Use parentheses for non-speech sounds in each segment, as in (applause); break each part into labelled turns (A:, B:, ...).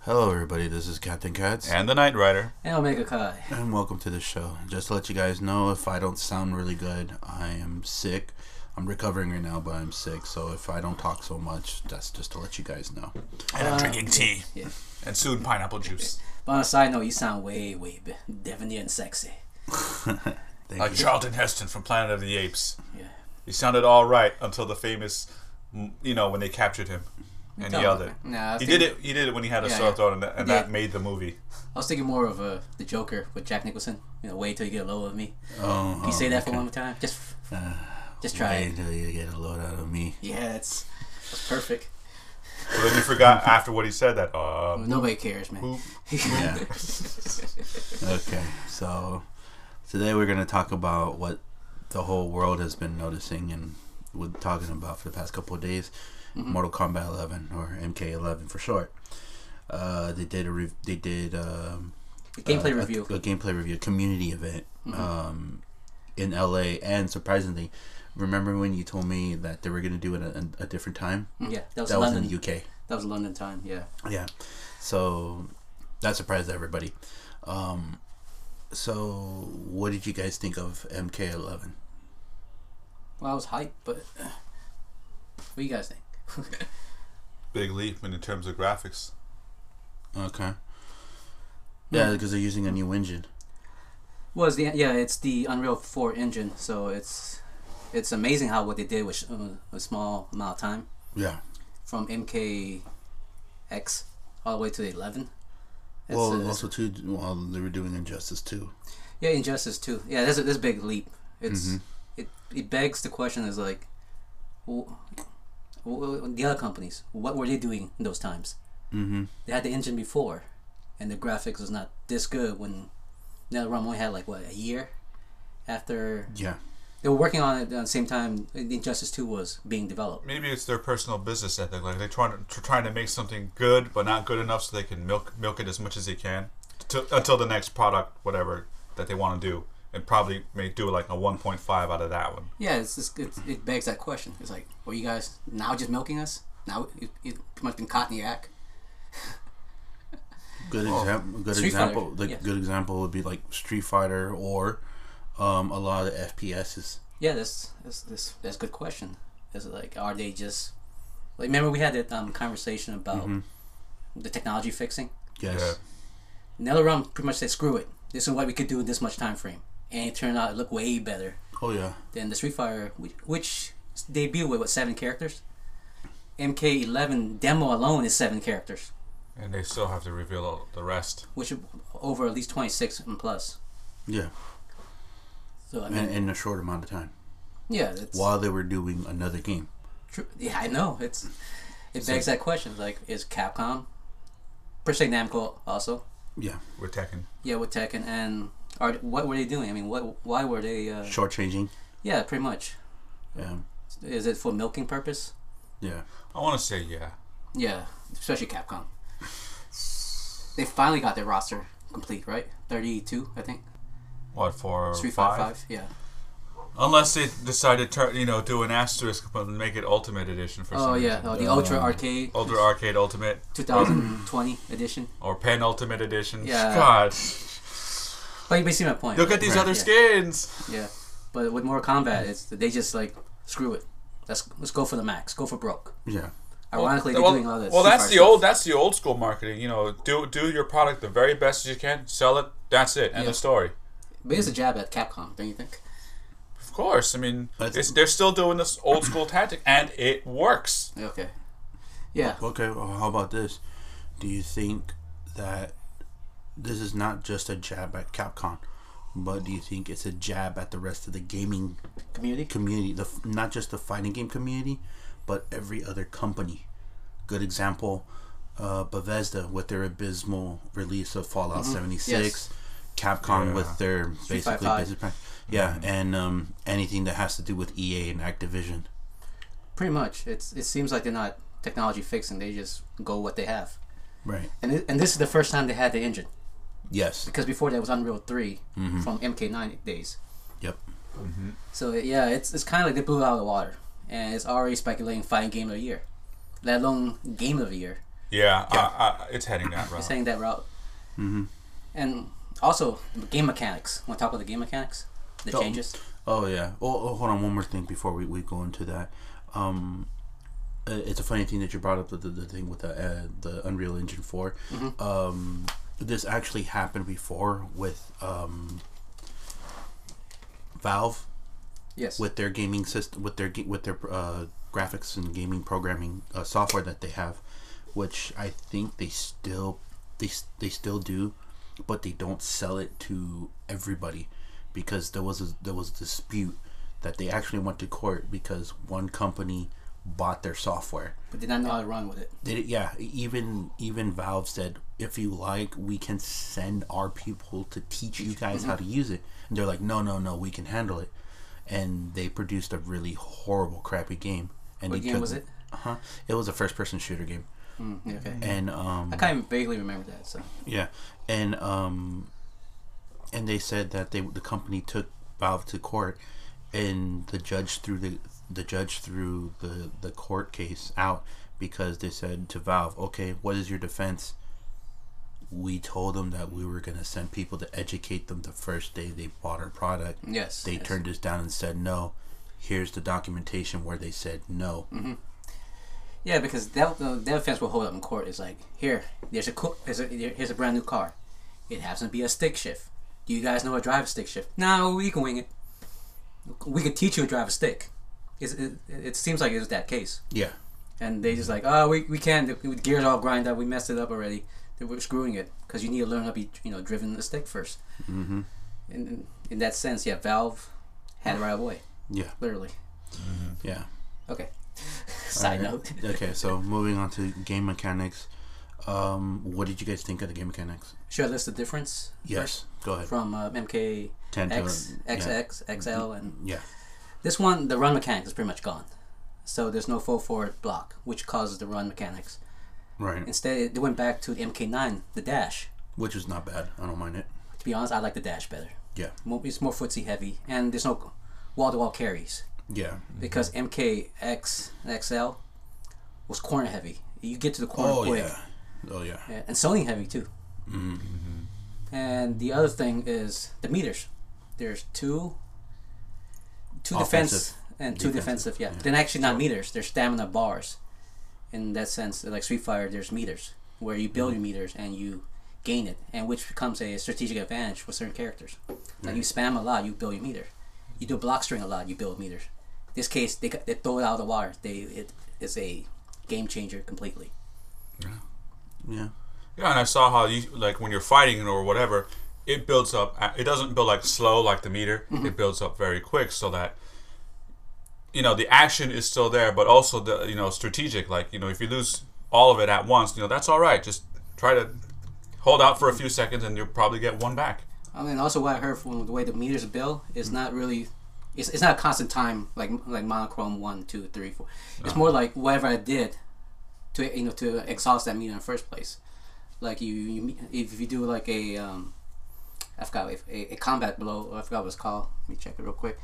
A: Hello, everybody. This is Captain Katz,
B: and the Knight Rider.
C: And Omega Kai.
A: and welcome to the show. Just to let you guys know, if I don't sound really good, I am sick. I'm recovering right now, but I'm sick. So if I don't talk so much, that's just to let you guys know.
B: And I'm drinking tea.
C: yeah.
B: And soon pineapple juice.
C: But on a side note, you sound way, way b- debonair and sexy.
A: Thank
B: Like
A: you.
B: Charlton Heston from Planet of the Apes.
C: Yeah.
B: He sounded all right until the famous, mm, you know, when they captured him and
C: Oh,
B: the other.
C: Nah,
B: He
C: I think-
B: did it. He did it when he had a
C: Yeah,
B: sore
C: yeah.
B: throat, and, that, and that
C: Yeah.
B: made the movie.
C: I was thinking more of uh, the Joker with Jack Nicholson. You know, wait till you get a load of me. Can
A: Oh,
C: you say
A: oh,
C: that for
A: okay. Uh,
C: one more time? Just, just try
A: Wait
C: it.
A: until you get a load out of
C: (laughs)
A: me.
C: Yeah, that's, that's perfect.
B: But then you
C: (laughs)
B: forgot after what he said that. Uh,
C: Nobody cares, man.
A: (laughs)
C: Mm-hmm.
B: boop.
A: Yeah. okay, so today we're gonna talk about what the whole world has been noticing and we're talking about for the past couple of days, Mortal Kombat 11 or MK11 for short. Uh, they did a re- they did um,
C: The gameplay
A: uh, a-
C: review. Mm-hmm.
A: a, gameplay review, community event um, in LA, and surprisingly, remember when you told me that they were gonna do it at a, a different time?
C: yeah, that was
A: That was
C: London.
A: in the UK.
C: that was London time. Yeah.
A: Yeah. So that surprised everybody. Um, so what did you guys think of MK11?
C: Well, I was hyped, but uh, what do you guys think? (laughs)
B: Big leap in terms of graphics.
A: Okay. Yeah, because they're using a new engine.
C: Was the yeah? It's the Unreal Four engine, so it's it's amazing how what they did with uh, a small amount of time
A: Yeah.
C: from MKX all the way to the eleven. It's,
A: well,
C: uh, it's-
A: also too, well, they were doing Injustice too.
C: yeah, Injustice too. Yeah, that's a, that's a big leap. It's
A: Mm-hmm.
C: it it begs the question is like, wh- wh- the other companies, what were they doing in those times?
A: Mm-hmm.
C: They had the engine before, and the graphics was not this good when NetherRealm only had like what a year after
A: Yeah.
C: they were working on it at the same time Injustice 2 was being developed.
B: Maybe it's their personal business ethic. Like they're trying to tr- trying to make something good, but not good enough, so they can milk milk it as much as they can t- until the next product, whatever that they want to do, and probably may do like a 1.5 out of that one.
C: Yeah, it's, it's, it's, it begs that question. It's like, were you guys now just milking us? Now you, you pretty much been caught in the act.
A: Good example. Good
C: Oh. Street
A: example.
C: Fighter,
A: The
C: yes.
A: good example would be like Street Fighter or um, a lot of FPSs.
C: Yeah, that's that's that's, that's a good question. Is it like, are they just like? Remember we had that um, conversation about the technology fixing.
A: Yes.
B: Yeah.
C: NetherRealm pretty much said, screw it. This is what we could do in this much time frame, and it turned out it looked way better
A: Oh yeah.
C: than the Street Fighter, which, which debuted with what seven characters. MK11 demo alone is seven characters.
B: And they still have to reveal the rest.
C: which are over at least 26 and plus.
A: Yeah.
C: So I mean,
A: And in a short amount of time,
C: yeah, it's
A: while they were doing another game.
C: true. Yeah, I know it's it begs that question. Like, is Capcom, per se Namco also?
A: Yeah.
B: We're Tekken.
C: Yeah, with Tekken and are what were they doing? I mean, what why were they? Uh,
A: Shortchanging.
C: yeah, pretty much.
A: Yeah.
C: Is it for milking purpose?
A: Yeah.
B: I want to say yeah.
C: Yeah, especially Capcom. They finally got their roster complete, right? 32, I think.
B: What for?
C: Three five
B: Oh, five?
C: five. Yeah.
B: Unless they decide to turn, you know, do an asterisk but make it Ultimate Edition for some
C: Oh yeah,
B: reason. Uh,
C: oh, the Ultra Arcade
B: Ultra Arcade Ultimate
C: 2020 edition.
B: or Penultimate Edition.
C: Yeah.
B: God,
C: But you basically my point.
B: look at these
A: Right.
B: other
C: Yeah.
B: skins.
C: Yeah, but with Mortal Kombat, it's they just like screw it. Let's let's go for the max. Go for broke.
A: Yeah.
C: Ironically,
B: well,
C: they're doing all this.
B: well,
C: Street
B: that's
C: Fighter
B: the old
C: stuff.
B: that's the old school marketing. You know, do do your product the very best as you can, sell it. That's it. End
C: Yeah.
B: of story.
C: But it's a jab at Capcom, don't you think?
B: Of course. I mean,
A: That's-
B: it's, they're still doing this old school tactic, and it works.
C: Okay. Yeah.
A: Okay, well, how about this? Do you think that this is not just a jab at Capcom, but do you think it's a jab at the rest of the gaming
C: Community.
A: community, the f- not just the fighting game community, but every other company? Good example, uh, Bethesda with their abysmal release of Fallout 76, Capcom
B: Yeah.
A: with their basically
C: 355.
A: basic, yeah, and um, anything that has to do with EA and Activision.
C: Pretty much. It's it seems like they're not technology fixing. They just go what they have.
A: Right.
C: And it, and this is the first time they had the engine
A: Yes.
C: because before that was Unreal 3
B: Mm-hmm.
C: from MK9 days.
A: Yep.
C: So yeah, it's it's kind of like they blew it out of the water, and it's already speculating fighting game of the year, let alone game of the year.
B: Yeah, I, I, it's heading that route.
C: It's heading that route.
A: Mhm.
C: And also the game mechanics. Want to talk about the game mechanics? The
A: Oh.
C: changes.
A: Oh yeah. Oh, oh, hold on. One more thing before we, we go into that. Um, uh, it's a funny thing that you brought up the, the, the thing with the uh, the Unreal Engine 4 Um, this actually happened before with um, Valve
C: Yes.
A: with their gaming system with their ga- with their uh, graphics and gaming programming uh, software that they have, which I think they still they s- they still do, but they don't sell it to everybody because there was a, there was a dispute that they actually went to court because one company bought their software.
C: but did not know how to run with it.
A: They, di- yeah, e- even even Valve said if you like, we can send our people to teach you guys how to use it. And they're like, no, no, no, we can handle it. And they produced a really horrible, crappy game. And
C: What
A: they
C: game
A: took-
C: was it?
A: Uh-huh. It was a first-person shooter game,
C: Mm, yeah, okay.
A: and um,
C: I kind of vaguely remember that. So
A: yeah, and um, and they said that they the company took Valve to court, and the judge threw the the judge threw the the court case out because they said to Valve, okay, what is your defense? We told them that we were going to send people to educate them the first day they bought our product.
C: yes,
A: They
C: yes.
A: turned us down and said no. Here's the documentation where they said no.
C: Mm-hmm. Yeah, because that uh, that offense will hold up in court. It's like here, there's a cook, there's a, there- here's a brand new car. It happens to be a stick shift. Do you guys know how to drive a stick shift? No, we can wing it. We could teach you to drive a stick. It's, it, it seems like it was that case,
A: Yeah,
C: and they just like, oh, we, we can't. The the gears all grind up. We messed it up already. They We're screwing it because you need to learn how to be you know driven a stick 1st Mm-hmm. And in, in that sense, yeah, Valve had it right away,
A: yeah,
C: literally.
A: yeah.
C: Okay. (laughs) Side
A: Alright.
C: note. (laughs)
A: okay, so moving on to game mechanics. Um, what did you guys think of the game mechanics?
C: Should I list the difference? first?
A: Yes, go ahead.
C: from uh, MK
A: Ten to- Mm-hmm.
C: X, XX, XL, and
A: Yeah,
C: this one, the run mechanic is pretty much gone. So there's no full forward block, which causes the run mechanics.
A: right.
C: Instead, they went back to the MK9, the dash.
A: Which is not bad. I don't mind it.
C: To be honest, I like the dash better.
A: Yeah,
C: Mo- It's more footsie heavy, and there's no wall to wall carries
A: yeah.
C: because MKX and XL was corner heavy. You get to the corner
A: Oh
C: quick.
A: yeah, oh yeah.
C: Yeah, and Sony heavy too. Mm-hmm. And the other thing is the meters. There's two, two defense
A: Offensive,
C: and two
A: defensive,
C: defensive. yeah, they're actually not meters. They're stamina bars. In that sense, like Street Fighter, there's meters where you build your meters and you gain it, and which becomes a strategic advantage for certain characters. Like you spam a lot, you build your meter. You do block string a lot, you build meters. This case, they, they throw it out of the water. They it is a game changer completely.
A: Yeah,
B: Yeah, and I saw how you like when you're fighting or whatever, it builds up. uh, It doesn't build like slow like the meter.
C: Mm-hmm.
B: It builds up very quick so that you know the action is still there, but also the you know strategic. Like you know if you lose all of it at once, you know that's all right. Just try to hold out for a few seconds, and you'll probably get one back.
C: I mean, also what I heard from the way the meters bill is not really, it's, it's not a constant time like like monochrome one, two, three, four. It's more like whatever I did to you know to exhaust that meter in the first place. Like you, you if you do like a um, I forgot if a, a combat blow. I forgot what it's called. Let me check it real quick.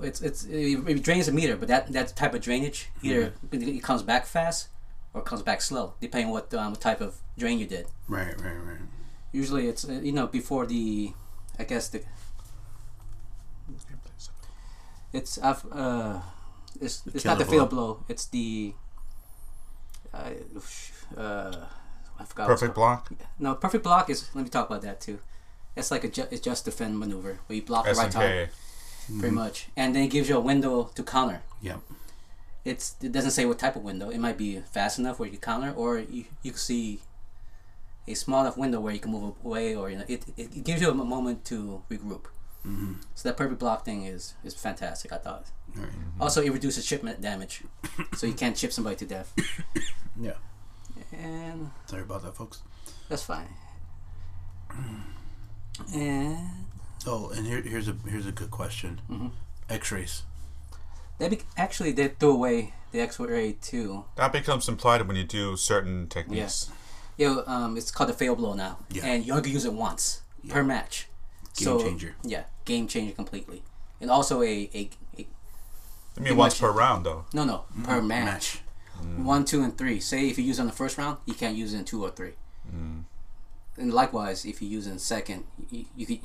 C: It's it's it, it drains the meter, but that that type of drainage either it- it comes back fast or it comes back slow, depending what um, what type of drain you did
A: right, right, right.
C: usually it's uh, you know before the i guess the it's af- uh it's, it's not the
A: killer blow.
C: field blow it's the uh, sh- uh i forgot what it's
B: Perfect
C: called.
B: block.
C: no perfect block is let me talk about that too it's like a ju- it's just defend maneuver where you block the right time
B: SMK.
C: pretty much and then it gives you a window to counter
A: Yep.
C: it's it doesn't say what type of window. It might be fast enough where you counter, or you you can see a small enough window where you can move away, or you know it it, it gives you a mo- moment to regroup. So that perfect block thing is is fantastic. I thought.
A: All right.
C: Also, it reduces shipment damage, so you can't chip somebody to death,
A: Yeah.
C: and
A: Sorry about that, folks.
C: that's fine. And
A: Oh, and here, here's a here's a good question.
C: Mm-hmm.
A: X-rays.
C: they be- actually they threw away the X-ray too.
B: That becomes implied when you do certain techniques.
C: Yo, um, it's called the fail blow now,
A: Yeah.
C: and you only use it once per match.
A: Game changer.
C: Yeah, game changer completely, and also a, a, a
B: I mean, once
C: much-
B: per round though.
C: no no per match.
A: Mm-hmm. Match.
C: one, two, and three. Say if you use it on the first round, you can't use it in two or three. And likewise, if you use it in second, you you, could,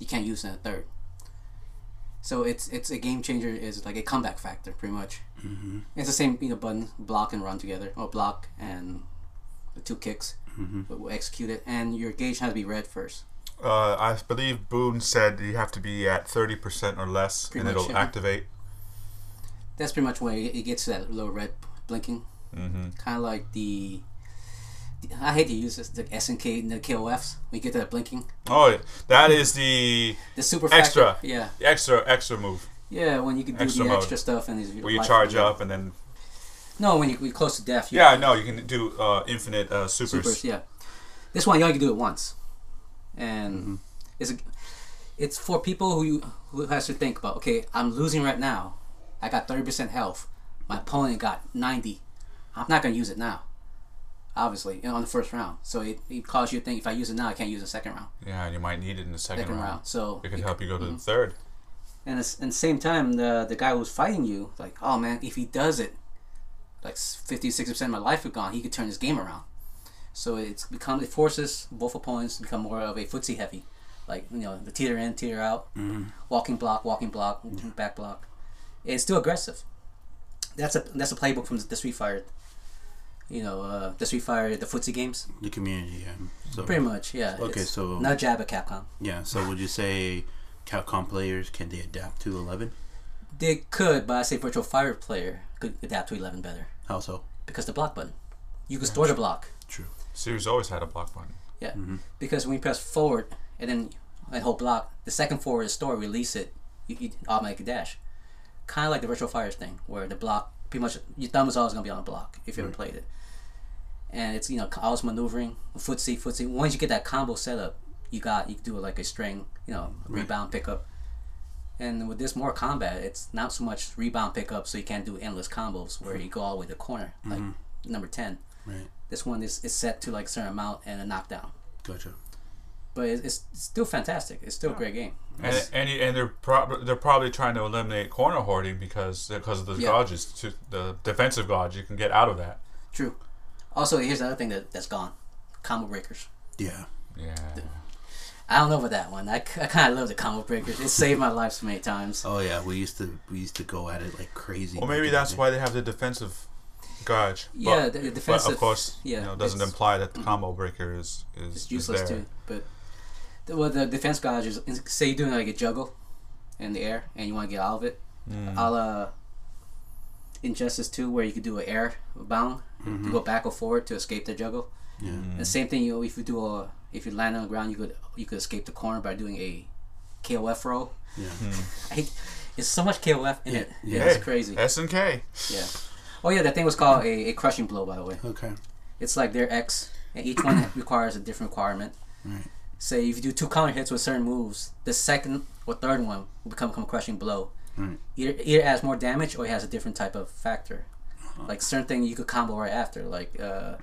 C: you can't use it in third. So it's it's a game changer. Is like a comeback factor, pretty much. It's the same you know button block and run together, or block and the two kicks, but we'll execute it. And your gauge has to be red first.
B: Uh, I believe Boone said you have to be at thirty percent or less,
C: Pretty
B: and
C: much,
B: it'll
C: yeah.
B: activate.
C: That's pretty much where it it gets to that little red blinking, mm-hmm. kind of like the. I hate to use this, the SNK and the KOFs. We get that blinking.
B: Oh, that is the
C: The super
B: Extra.
C: factor- Yeah,
B: the extra extra move
C: yeah. When you can do
B: Extra
C: the
B: mode.
C: extra stuff and it's
B: where you
C: life-
B: charge
C: yeah.
B: up and then
C: No, when you when you're close to death. You
B: yeah, no, you can do uh, infinite uh, supers.
C: supers. Yeah, this one you only can do it once, and
B: Mm-hmm.
C: it's a, it's for people who you, who has to think about. Okay, I'm losing right now. I got thirty percent health. My opponent got ninety. I'm not gonna use it now. Obviously, you know, on the first round. So it, it caused you to think if I use it now, I can't use it second round.
B: Yeah, and you might need it in the second,
C: Second
B: round.
C: round. mm-hmm. So
B: It could help you go to the third.
C: and it's, and same time the the guy who's fighting you like oh man if he does it like 50 60 percent of my life is gone he could turn his game around so it's become it forces both opponents to become more of a footsie heavy like you know the teeter in teeter out
A: Mm-hmm.
C: walking block walking block back block it's still aggressive that's a that's a playbook from the Street Fighter you know uh, the Street Fighter the footsie games
A: The community game. So,
C: pretty much yeah
A: Oh. Okay,
C: it's
A: so-
C: not jab at Capcom
A: Yeah. So would you say Capcom players can they adapt to eleven?
C: they could but I say Virtual Fighter player could adapt to 11 better
A: How so?
C: because the block button. You can store the block.
A: True.
B: Series always had a block button.
C: Yeah. Because when you press forward and then that whole block, the second forward is stored, release it, you, you automatically dash. Kind of like the Virtual Fires thing, where the block, pretty much, your thumb is always going to be on the block if you ever played it. And it's, you know, always maneuvering, footsie, footsie. Once you get that combo set up, you got, you can do like a string, you know, rebound pickup. And with this more combat, it's not so much rebound pickup, so you can't do endless combos where you go all the way to the corner, like number 10
A: Right.
C: this one is, is set to like certain amount and a knockdown
A: Gotcha.
C: but it's, it's still fantastic it's still a great game
B: And, and, you- and they're prob- they're probably trying to eliminate corner hoarding because because of the
C: Yeah.
B: gauges, to, the defensive gauge. You can get out of that.
C: true also here's another thing that, that's gone combo breakers
A: Yeah.
B: Yeah.
C: i don't know about that one i, kind of love the combo breakers it saved my life so many times
A: Oh yeah. We used to we used to go at it like crazy.
B: Well, maybe that's why they have the defensive gauge. But,
C: Yeah, the- the
B: But
C: defensive-
B: of course,
C: yeah,
B: you know, it doesn't
C: it's- mm-hmm.
B: imply that the combo breaker is is,
C: it's
B: is
C: useless
B: there.
C: too but the, well the defense dodge is is- say you're doing like a juggle in the air and you want to get out of it
B: Mm.
C: a la injustice 2 where you could do an air bound
B: Mm-hmm.
C: you go back or forward to escape the juggle
A: Yeah.
C: The same thing, you know, if you do a, if you land on the ground, you could you could escape the corner by doing a KOF roll.
A: Yeah.
C: I hate, it's so much KOF in it.
A: Yeah.
C: Yeah, it's crazy.
B: S and K.
C: Yeah. Oh yeah, that thing was called a, a crushing blow, by the way.
A: Okay.
C: It's like their X, and each one (coughs) requires a different requirement.
A: Right.
C: Say if you do two counter hits with certain moves, the second or third one will become, become a crushing blow.
A: Right.
C: Either, either it has more damage or it has a different type of factor.
A: Uh-huh.
C: Like certain thing you could combo right after. Like uh,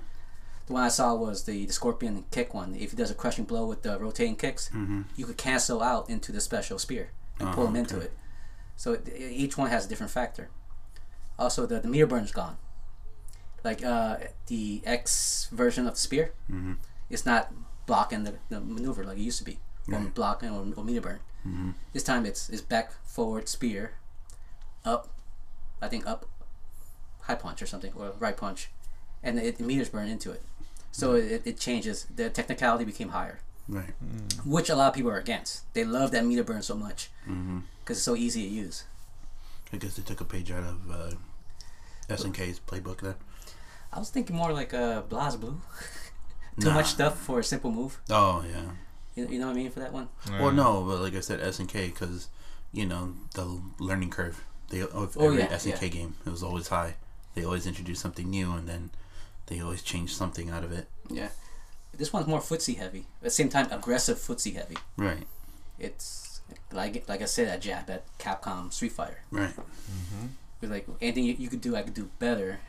C: the one I saw was the, the scorpion kick one. If it does a crushing blow with the rotating kicks,
A: Mm-hmm.
C: you could cancel out into the special spear and
A: Oh,
C: pull them into it. So it, e- each one has a different factor. Also, the, the meter burn's gone. Like uh, the X version of the spear, it's not blocking the, the maneuver like it used to be, or blocking or, or meter burn. This time it's it's back, forward, spear, up, I think up, high punch or something, or right punch, and it, the meters burn into it. So it, it changes. The technicality became higher,
A: Right.
C: which a lot of people are against. They love that meter burn so much because it's so easy to use.
A: I guess they took a page out of uh, SNK's playbook then.
C: I was thinking more like uh, Blaz Blue. (laughs) Too much stuff for a simple move.
A: Oh yeah.
C: You, you know what I mean for that one?
A: Well, no, but like I said, SNK because you know the learning curve. They of
C: Oh,
A: every
C: yeah,
A: SNK game it was always high. They always introduce something new and then they always change something out of it.
C: Yeah. This one's more footsie heavy. At the same time, aggressive footsie heavy.
A: Right.
C: It's like like I said, I jab at Capcom Street Fighter.
A: Right.
C: It's like anything you, you could do, I could do better.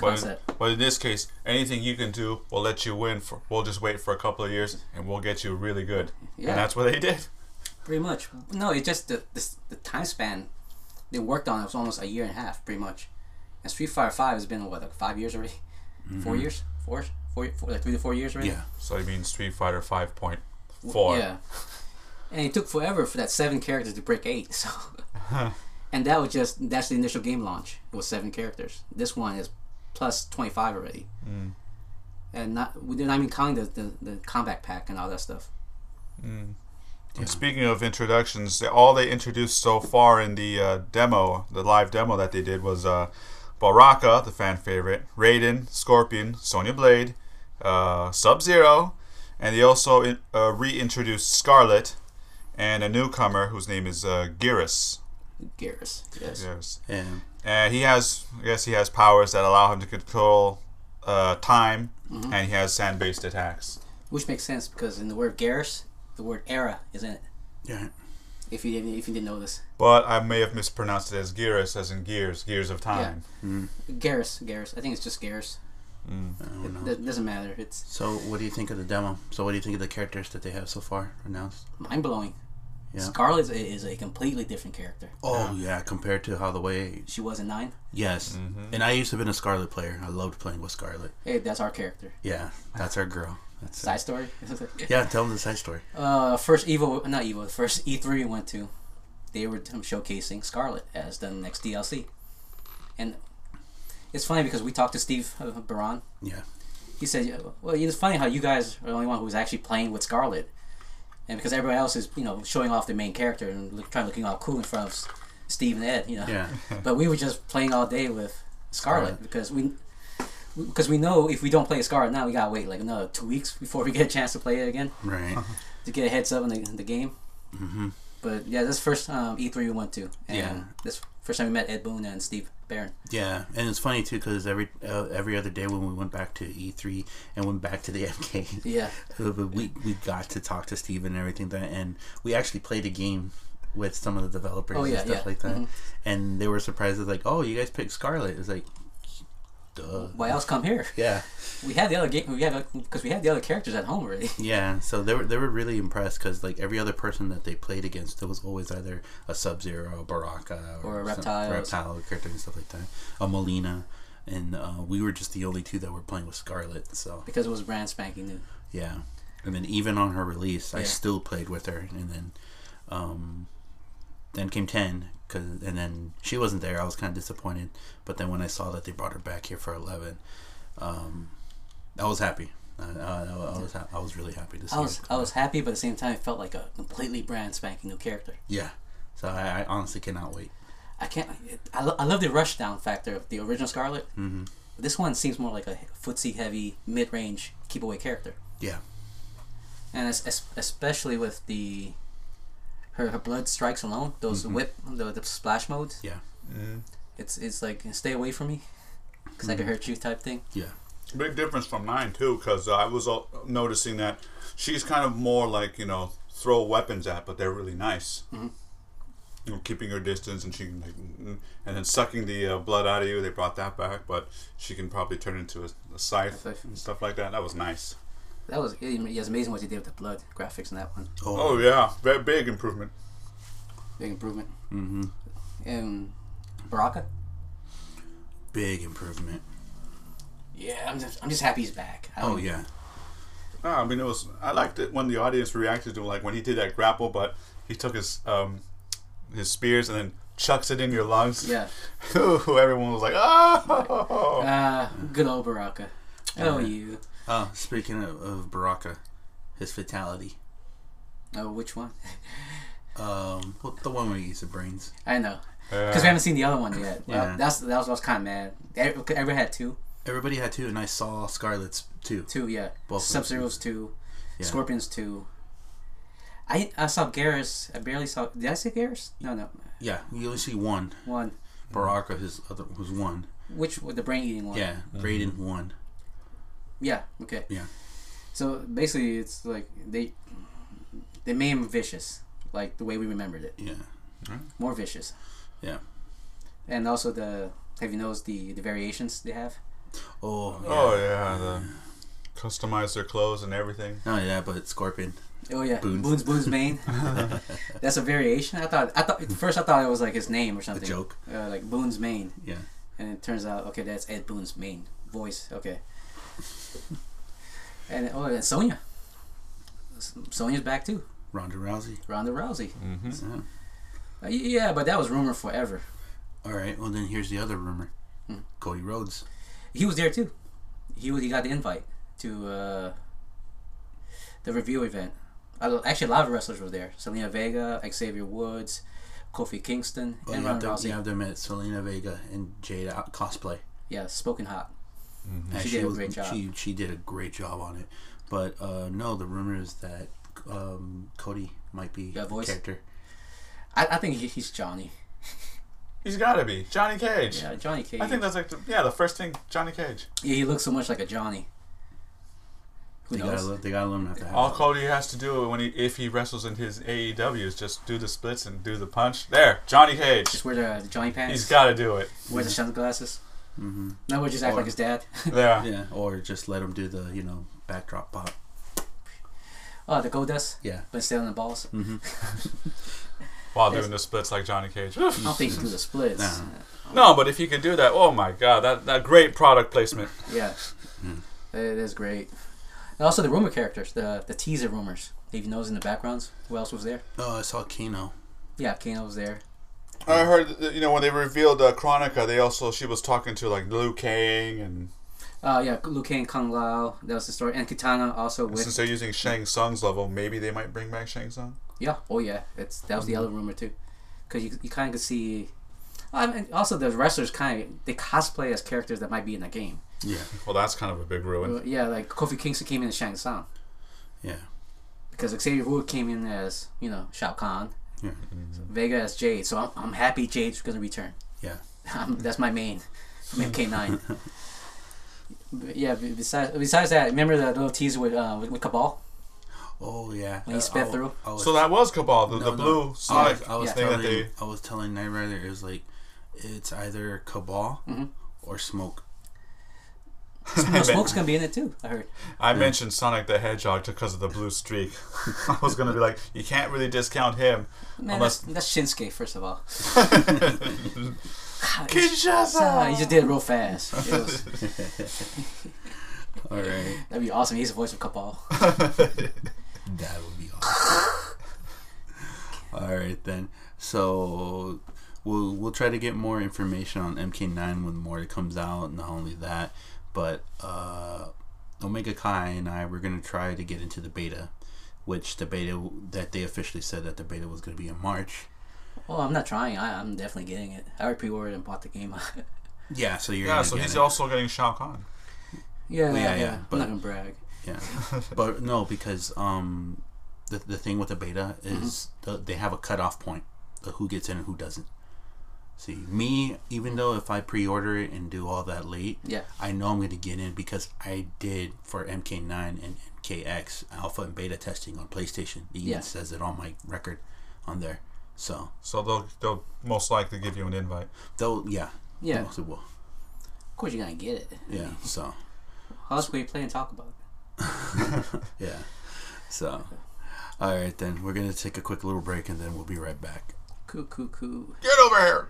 B: But in,
C: Concept.
B: but in this case, anything you can do, we'll let you win. For we'll just wait for a couple of years, and we'll get you really good.
C: Yeah.
B: And that's what they did.
C: Pretty much. No, it's just the, the the time span they worked on it was almost a year and a half, pretty much. And Street Fighter Five has been what like five years already, four years, four, four, four, like three to four years already.
A: Yeah.
B: So I mean Street Fighter Five Point Four.
C: Yeah. And it took forever for that seven characters to break eight. (laughs) So, and that was just that's the initial game launch. It was seven characters. This one is plus twenty five already. And not we didn't even counting the, the the combat pack and all that stuff.
B: And speaking of introductions, all they introduced so far in the uh, demo, the live demo that they did was uh, Baraka, the fan favorite, Raiden, Scorpion, Sonya Blade, uh, Sub Zero, and they also in, uh, reintroduced Scarlet and a newcomer whose name is uh, Geras.
C: Gears. Yes.
B: Geras.
A: And
B: And he has, I guess, he has powers that allow him to control uh, time, and he has sand-based attacks.
C: Which makes sense because in the word Gears, the word era is in it.
A: yeah,
C: If you didn't if you didn't notice,
B: But I may have mispronounced it as Geras, as in gears, gears of time.
C: Gears, Gears. I think it's just Gears.
A: I don't know.
C: It, it doesn't matter. It's
A: So, what do you think of the demo? So, what do you think of the characters that they have so far announced?
C: mind blowing.
A: Yeah.
C: Scarlet is, is a completely different character.
A: Oh yeah, compared to how the way
C: She was in nine.
A: yes, and I used to been a Scarlet player. I loved playing with Scarlet.
C: Hey, that's our character.
A: Yeah, that's our girl. That's
C: Side story. (laughs)
A: yeah. Tell them the side story.
C: Uh, first Evo, not Evo. First E three we went to, they were um, showcasing Scarlet as the next DLC, and it's funny because we talked to Steve uh, Baran.
A: Yeah,
C: He said, yeah, "Well, it's funny how you guys are the only one who's actually playing with Scarlet, and because everybody else is, you know, showing off the main character and look, trying looking all cool in front of S- Steve and Ed, you know." (laughs)
A: yeah,
C: but we were just playing all day with Scarlet
A: Scarlet.
C: because we because we know if we don't play Scarlet now, we gotta wait like another two weeks (laughs) before we get a chance to play it again
A: right.
C: to get a heads up in the, the game.
A: Mm-hmm.
C: But yeah, this first um, E3 we went to, and
A: Yeah.
C: this first time we met Ed Boon and Steve Barron.
A: Yeah, and it's funny too because every uh, every other day when we went back to E three and went back to the (laughs) MK,
C: Yeah,
A: we we got to talk to Steve and everything that, and we actually played a game with some of the developers
C: Oh, yeah,
A: and stuff
C: yeah.
A: like that,
C: Mhm.
A: and they were surprised. It's like, oh, you guys picked Scarlet. It's like, duh.
C: why else come here?
A: Yeah,
C: We had the other game, we had because we had the other characters at home already. (laughs)
A: yeah. So they were they were really impressed because like every other person that they played against, there was always either a Sub Zero, Baraka,
C: Or a
A: some-
C: Reptile.
A: reptile character and stuff like that, a Molina, and uh, we were just the only two that were playing with Scarlet. So
C: Because it was brand spanking new.
A: Yeah. And then even on her release, I
C: Yeah.
A: still played with her. And then, um, then came 10. Cause, and then she wasn't there. I was kind of disappointed. But then when I saw that they brought her back here for 11, um, I was happy. I, I, I was ha- I was really happy to see
C: I was
A: her.
C: I was happy, but at the same time, it felt like a completely brand spanking new character.
A: Yeah. So I, I honestly cannot wait.
C: I can't. I, lo- I love the rush down factor of the original Scarlet. Mm-hmm. This one seems more like a footsie heavy, mid range, keep away character.
A: Yeah.
C: and es- es- especially with the her, her blood strikes alone those whip the, the splash modes
A: Mm-hmm. Yeah.
C: it's it's like stay away from me because I could
A: Mm-hmm.
C: hurt you type thing
A: Yeah.
B: Big difference from mine too, because uh, I was uh, noticing that she's kind of more like you know throw weapons at, but they're really nice. You know, keeping her distance, and she can like, mm, and then sucking the uh, blood out of you. They brought that back, but she can probably turn into a, a scythe
C: scythe.
B: and stuff like that. That was nice.
C: that was it, it was amazing what they did with the blood graphics in that one
A: Oh,
B: Oh yeah, very big improvement.
C: big improvement
A: hmm
C: and Baraka
A: big improvement.
C: yeah I'm just I'm just happy he's back I
A: Oh,
C: don't-
A: yeah.
B: No, I mean it was. I liked it when the audience reacted to him, like when he did that grapple, but he took his um his spears and then chucks it in your lungs. (laughs)
C: yeah
B: everyone was like,
C: (laughs)
B: oh.
C: uh, good old Baraka oh you
A: Oh, speaking of, of Baraka, his fatality.
C: oh which one (laughs)
A: Um, well, the one where he eats the brains.
C: I know because we haven't seen the other one yet well,
A: Uh, Yeah.
C: that's that was, I was kind of mad Every- everyone had two
A: Everybody had two, and I saw Scarlet's two.
C: Two, yeah.
A: Both of them.
C: Sub Zero's two.
A: Yeah.
C: Scorpion's two. I I saw Garrus. I barely saw. Did I say Garrus? No, no.
A: Yeah, you only see one.
C: One.
A: Baraka, his other was one.
C: Which with the brain eating one?
A: Yeah, Raiden one.
C: Yeah. Okay.
A: Yeah.
C: So basically, it's like they they made him vicious, like the way we remembered it,
A: Yeah,
C: more vicious.
A: yeah.
C: And also the have you noticed the the variations they have?
A: Oh, yeah.
B: Oh yeah, the customize their clothes and everything.
A: Not only that, but Scorpion.
C: Oh yeah,
A: Boons.
C: Boone's Boone's
A: (laughs)
C: (laughs) main. That's a variation. I thought I thought at first I thought it was like his name or something.
A: joke.
C: Uh, like Boone's main.
A: Yeah,
C: and it turns out okay that's Ed Boon's main voice.
A: (laughs)
C: Okay. and oh, and Sonya. Sonya's back too.
A: Ronda Rousey.
C: Ronda Rousey.
A: Mm.
B: Mm-hmm.
A: Yeah.
C: Uh, yeah, but that was rumor forever.
A: All right. Well, then here's the other rumor. Cody Rhodes.
C: He was there too. He was, he got the invite to uh, the review event. I don't- Actually, a lot of wrestlers were there. Selena Vega, Xavier Woods, Kofi Kingston,
A: Well,
C: and
A: Oh, you, have
C: Ronda
A: to,
C: Rousey.
A: you
C: Yeah.
A: have to admit, Selena Vega and Jade out cosplay.
C: spoken hot.
A: And
C: She did a great job.
A: She, she did a great job on it. But uh, no, the rumor is that um, Cody might be
C: That
A: the
C: voice?
A: character.
C: I, I think he, he's Johnny.
B: He's got to be Johnny Cage.
C: Yeah, Johnny Cage.
B: I think that's like the, yeah the first thing Johnny Cage.
C: yeah, he looks so much like a Johnny. Who
A: They gotta,
C: knows?
A: let- they gotta let him have to have
B: All
A: it.
B: Cody has to do when he if he wrestles in his AEW is just do the splits and do the punch. There, Johnny Cage.
C: Just wear the, the Johnny pants.
B: He's got to do it.
C: wear the sunglasses. Mm-hmm. No, we just act
A: Or-
C: like his dad.
B: There.
A: Yeah, or just let him do the, you know, backdrop pop.
C: oh, the gold dust.
A: Yeah. Mm-hmm.
C: But instead on the balls.
B: While doing the splits like Johnny Cage.
C: I don't think
A: (laughs)
C: he do the splits.
A: Nah.
B: no, but if he could do that, oh my god, that that great product placement.
C: Yeah,
A: Hmm.
C: it is great. And also the rumor characters, the the teaser rumors. Leave your nose in the backgrounds. Who else was there?
A: Oh, I saw Kino.
C: Yeah, Kano was there.
B: I heard that, you know when they revealed uh, Chronica, they also she was talking to like Liu Kang and
C: Uh, yeah, Liu Kang, Kung Lao. That was the story. And Katana also
B: since
C: with.
B: they're using Shang Tsung's level, maybe they might bring back Shang Tsung.
C: Yeah. Oh yeah. It's that was the other rumor too, because you you kind of could see. I mean, also the wrestlers kind of they cosplay as characters that might be in the game.
A: Yeah,
B: Well, that's kind of a big ruin.
C: Yeah, like Kofi Kingston came in as Shang Tsung
A: yeah,
C: because Xavier Wood came in as you know Shao Kahn,
A: yeah,
C: Vega as Jade. So I'm, I'm happy Jade's gonna return.
A: yeah.
C: (laughs) Um, that's my main from
A: (laughs)
C: MK9. But yeah. be- Besides, besides that, remember the little teaser with uh, with, with
A: (laughs)
C: Cabal
A: Oh, yeah.
C: when he
A: Uh,
C: sped
A: I-
C: through.
A: I was-
B: So that was Cabal, the,
A: No,
B: the
A: no.
B: blue
A: I
B: Sonic
A: was, I was
C: yeah.
B: thing
A: telling,
B: that they.
A: I was telling Knight Rider, it was like, it's either Cabal
C: Mm-hmm.
A: or Smoke.
C: No, uh, Smoke's gonna be in it too. I heard.
B: I mentioned Sonic the Hedgehog because of the blue streak. I was gonna be like, you can't really discount him
C: Man,
B: unless
C: that's, that's Shinsuke first of all. Ah, he
B: Kinshasa.
C: just did it real (laughs) fast. It was-
A: All right,
C: that'd be awesome. He's the voice of Cabal.
A: that would be awesome. All right then. So we'll we'll try to get more information on MK9 when more comes out. Not only that, but uh, Omega Kai and I we're gonna try to get into the beta, which the beta that they officially said that the beta was gonna be in March.
C: Oh, I'm not trying. I, I'm definitely getting it. I already pre-ordered and bought the game. (laughs)
A: Yeah, so you're
B: Yeah,
A: gonna
B: so
A: get
B: he's
A: it.
B: also getting Shao Kahn.
C: yeah, yeah,
A: yeah,
C: yeah.
A: but-
C: I'm not gonna brag. (laughs)
A: Yeah, but no, because um, the the thing with the beta
C: Mm-hmm.
A: is the, they have a cutoff point of who gets in and who doesn't. See, me, even though if I pre-order it and do all that late,
C: Yeah.
A: I know I'm going to get in because I did for MK9 and MKX alpha and beta testing on PlayStation. It even
C: Yeah.
A: says it on my record on there. So,
B: So they'll they'll most likely give you an invite.
A: though, yeah,
C: Yeah.
A: mostly will.
C: Of course, you're gonna get it.
A: Yeah, so
C: How else will you play and talk about it?
A: yeah, so. All right, then we're gonna take a quick little break and then we'll be right back.
C: Coo, coo, coo.
B: Get over here.